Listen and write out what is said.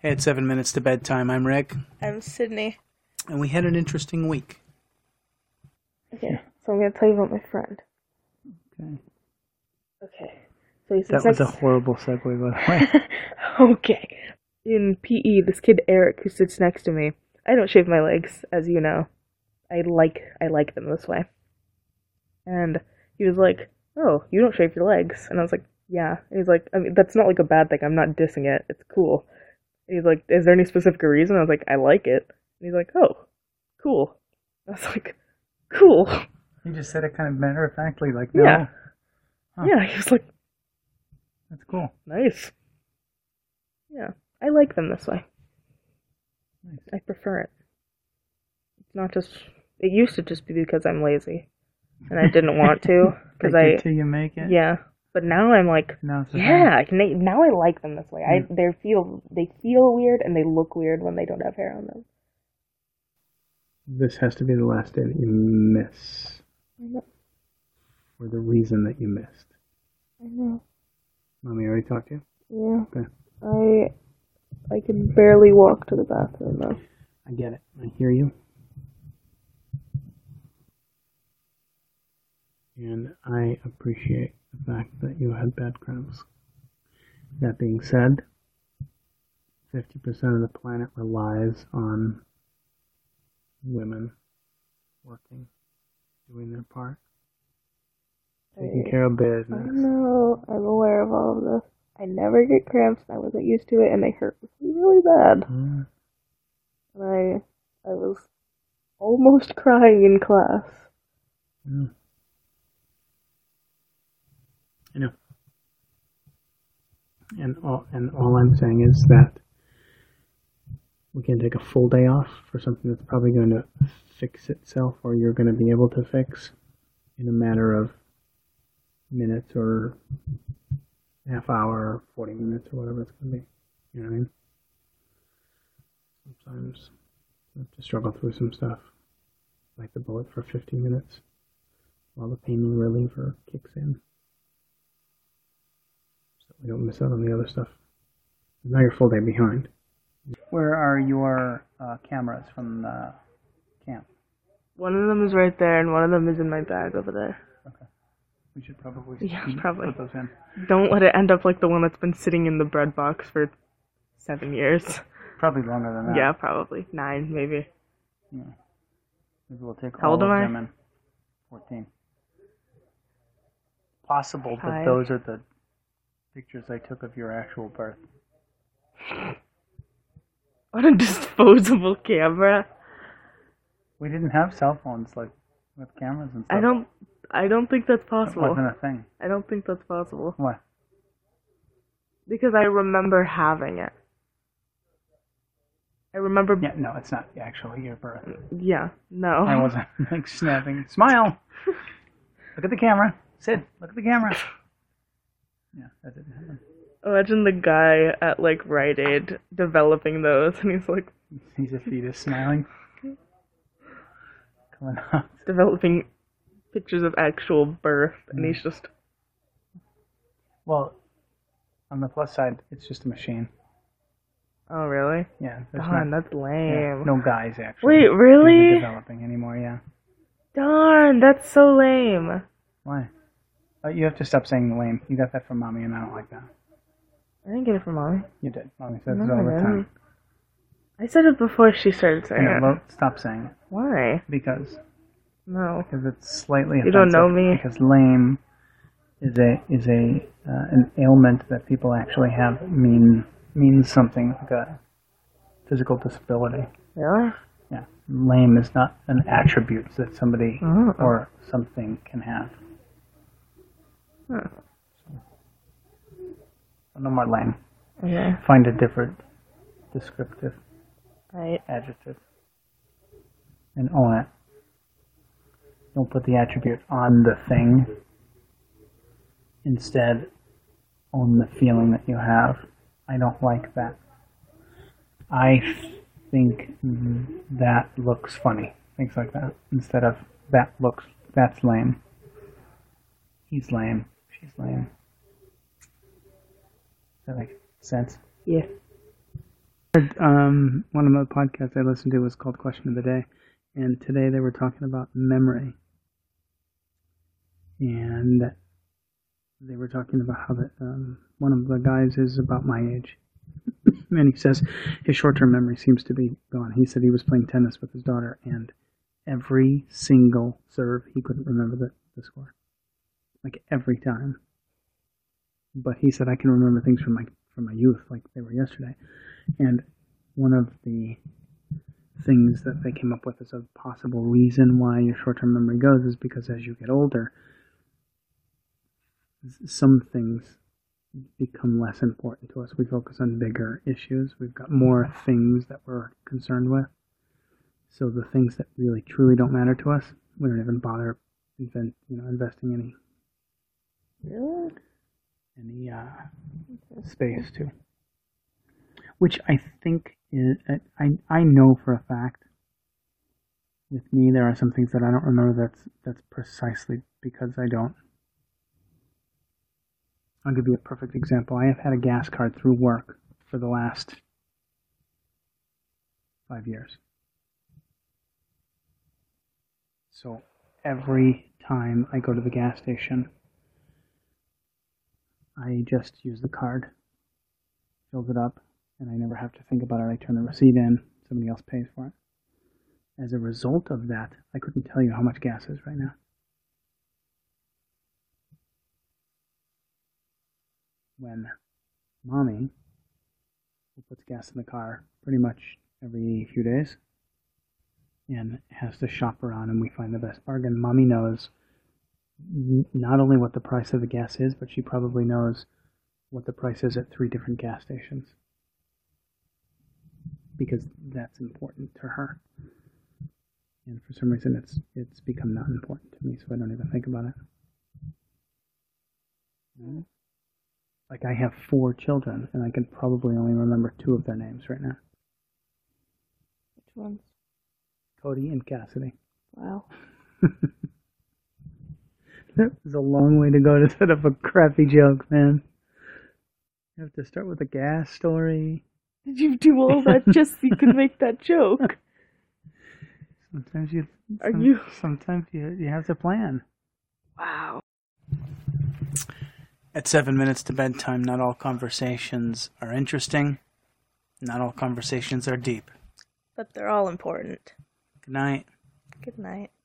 Hey, it's seven minutes to bedtime. I'm Rick, I'm Sydney. and we had an interesting week. Okay, so I'm gonna tell you about my friend. Okay. Okay. So he's That in was a sex- horrible segue, by the way. okay. In PE, this kid Eric who sits next to me. I don't shave my legs, as you know. I like I like them this way. And he was like, "Oh, you don't shave your legs," and I was like, "Yeah." And he's like, "I mean, that's not like a bad thing. I'm not dissing it. It's cool." And he's like, "Is there any specific reason?" I was like, "I like it." And he's like, "Oh, cool." I was like, "Cool." you just said it kind of matter of factly, like, no. Yeah. Yeah, he was like, that's cool. Nice. Yeah, I like them this way. Nice. I prefer it. It's not just. It used to just be because I'm lazy, and I didn't want to because I. you make it. Yeah, but now I'm like, No, it's yeah, I can- now I like them this way. I they feel they feel weird and they look weird when they don't have hair on them. This has to be the last day that you miss, I know. or the reason that you missed. I know. Mommy already talked to you. Yeah. Okay. I I can barely walk to the bathroom though. I get it. I hear you. And I appreciate the fact that you had bad cramps. That being said, 50% of the planet relies on women working, doing their part, taking care of I business. know. I'm aware of all of this. I never get cramps. I wasn't used to it, and they hurt really bad. Mm, And I, I was almost crying in class. mm. I know. And all, and all I'm saying is that we can take a full day off for something that's probably going to fix itself or you're going to be able to fix in a matter of minutes or half hour or 40 minutes or whatever it's going to be. You know what I mean? Sometimes you have to struggle through some stuff, like the bullet for 50 minutes while the pain reliever kicks in. So we don't miss out on the other stuff. Now you're full day behind. Where are your uh, cameras from the camp? One of them is right there, and one of them is in my bag over there. We should probably Yeah, we should probably. put those in. Don't let it end up like the one that's been sitting in the bread box for seven years. Probably longer than that. Yeah, probably nine, maybe. Maybe we'll take How all old of am I? them in. Fourteen. Possible that Five. those are the pictures I took of your actual birth. On a disposable camera. We didn't have cell phones like with cameras and stuff. I don't. I don't think that's That possible. wasn't a thing. I don't think that's possible What? because I remember having it. I remember. Yeah, no, it's not actually your birth. yeah no. I wasn't like snapping. Smile. Look at the camera, Sid. Look at the camera. Yeah, that didn't happen. Imagine the guy at like Rite Aid developing those, and he's like He's a fetus smiling. Coming up. developing pictures of actual birth, and Mm. he's just Well, on the plus side, it's just a machine. oh really? Yeah, there's Darn, not, that's yeah, lame. no guys actually Wait, even really? developing anymore. Yeah, Darn, that's so lame. why? Uh, you have to stop saying lame. You got that from mommy, and I don't like that. I didn't get it from mommy. You did. Mommy says it No, all I the time. I said it before she started saying Yeah, it. well, stop saying it Why? because No. because it's slightly. You don't know offensive, me. Because lame is a is a uh, an ailment that people actually have mean means something like a physical disability. Really? Yeah, lame is not an attribute that somebody Oh. or something can have. Huh. No more lame. Okay. Find a different descriptive Right. adjective and own it. Don't put the attribute on the thing. Instead, own the feeling that you have. I don't like that. I think that looks funny. Things like that. Instead of that looks, that's lame. He's lame. She's lame. Does that make sense? Yeah. heard um, one of the podcasts I listened to was called Question of the Day, and today they were talking about memory, and they were talking about how that um, one of the guys is about my age, and he says his short-term memory seems to be gone. He said he was playing tennis with his daughter, and every single serve he couldn't remember the, the score, like every time. But he said I can remember things from my from my youth, like they were yesterday. And one of the things that they came up with as a possible reason why your short term memory goes is because as you get older, s- some things become less important to us. We focus on bigger issues, we've got more things that we're concerned with. So the things that really truly don't matter to us, we don't even bother invent, you know, investing any Really? any uh, space to. Which I think is, I, I know for a fact. With me, there are some things that I don't remember. That's that's precisely because I don't. I'll give you a perfect example. I have had a gas card through work for the last five years. So every time I go to the gas station, I just use the card, fills it up, and I never have to think about it. I turn the receipt in, somebody else pays for it. As a result of that, I couldn't tell you how much gas is right now. When mommy, who puts gas in the car pretty much every few days, and has to shop around and we find the best bargain, mommy knows n- not only what the price of the gas is, but she probably knows what the price is at three different gas stations because that's important to her. And for some reason, it's it's become not important to me, so I don't even think about it. Like I have four children, and I can probably only remember two of their names right now: Which ones? Cody and Cassidy. Wow. That was a long way to go to set up a crappy joke, man. You have to start with a gas story. Did you do all that just so you could make that joke? Sometimes you. Are you- Sometimes you you have to plan. Wow. At seven minutes to bedtime, not all conversations are interesting. Not all conversations are deep. But they're all important. Good night. Good night.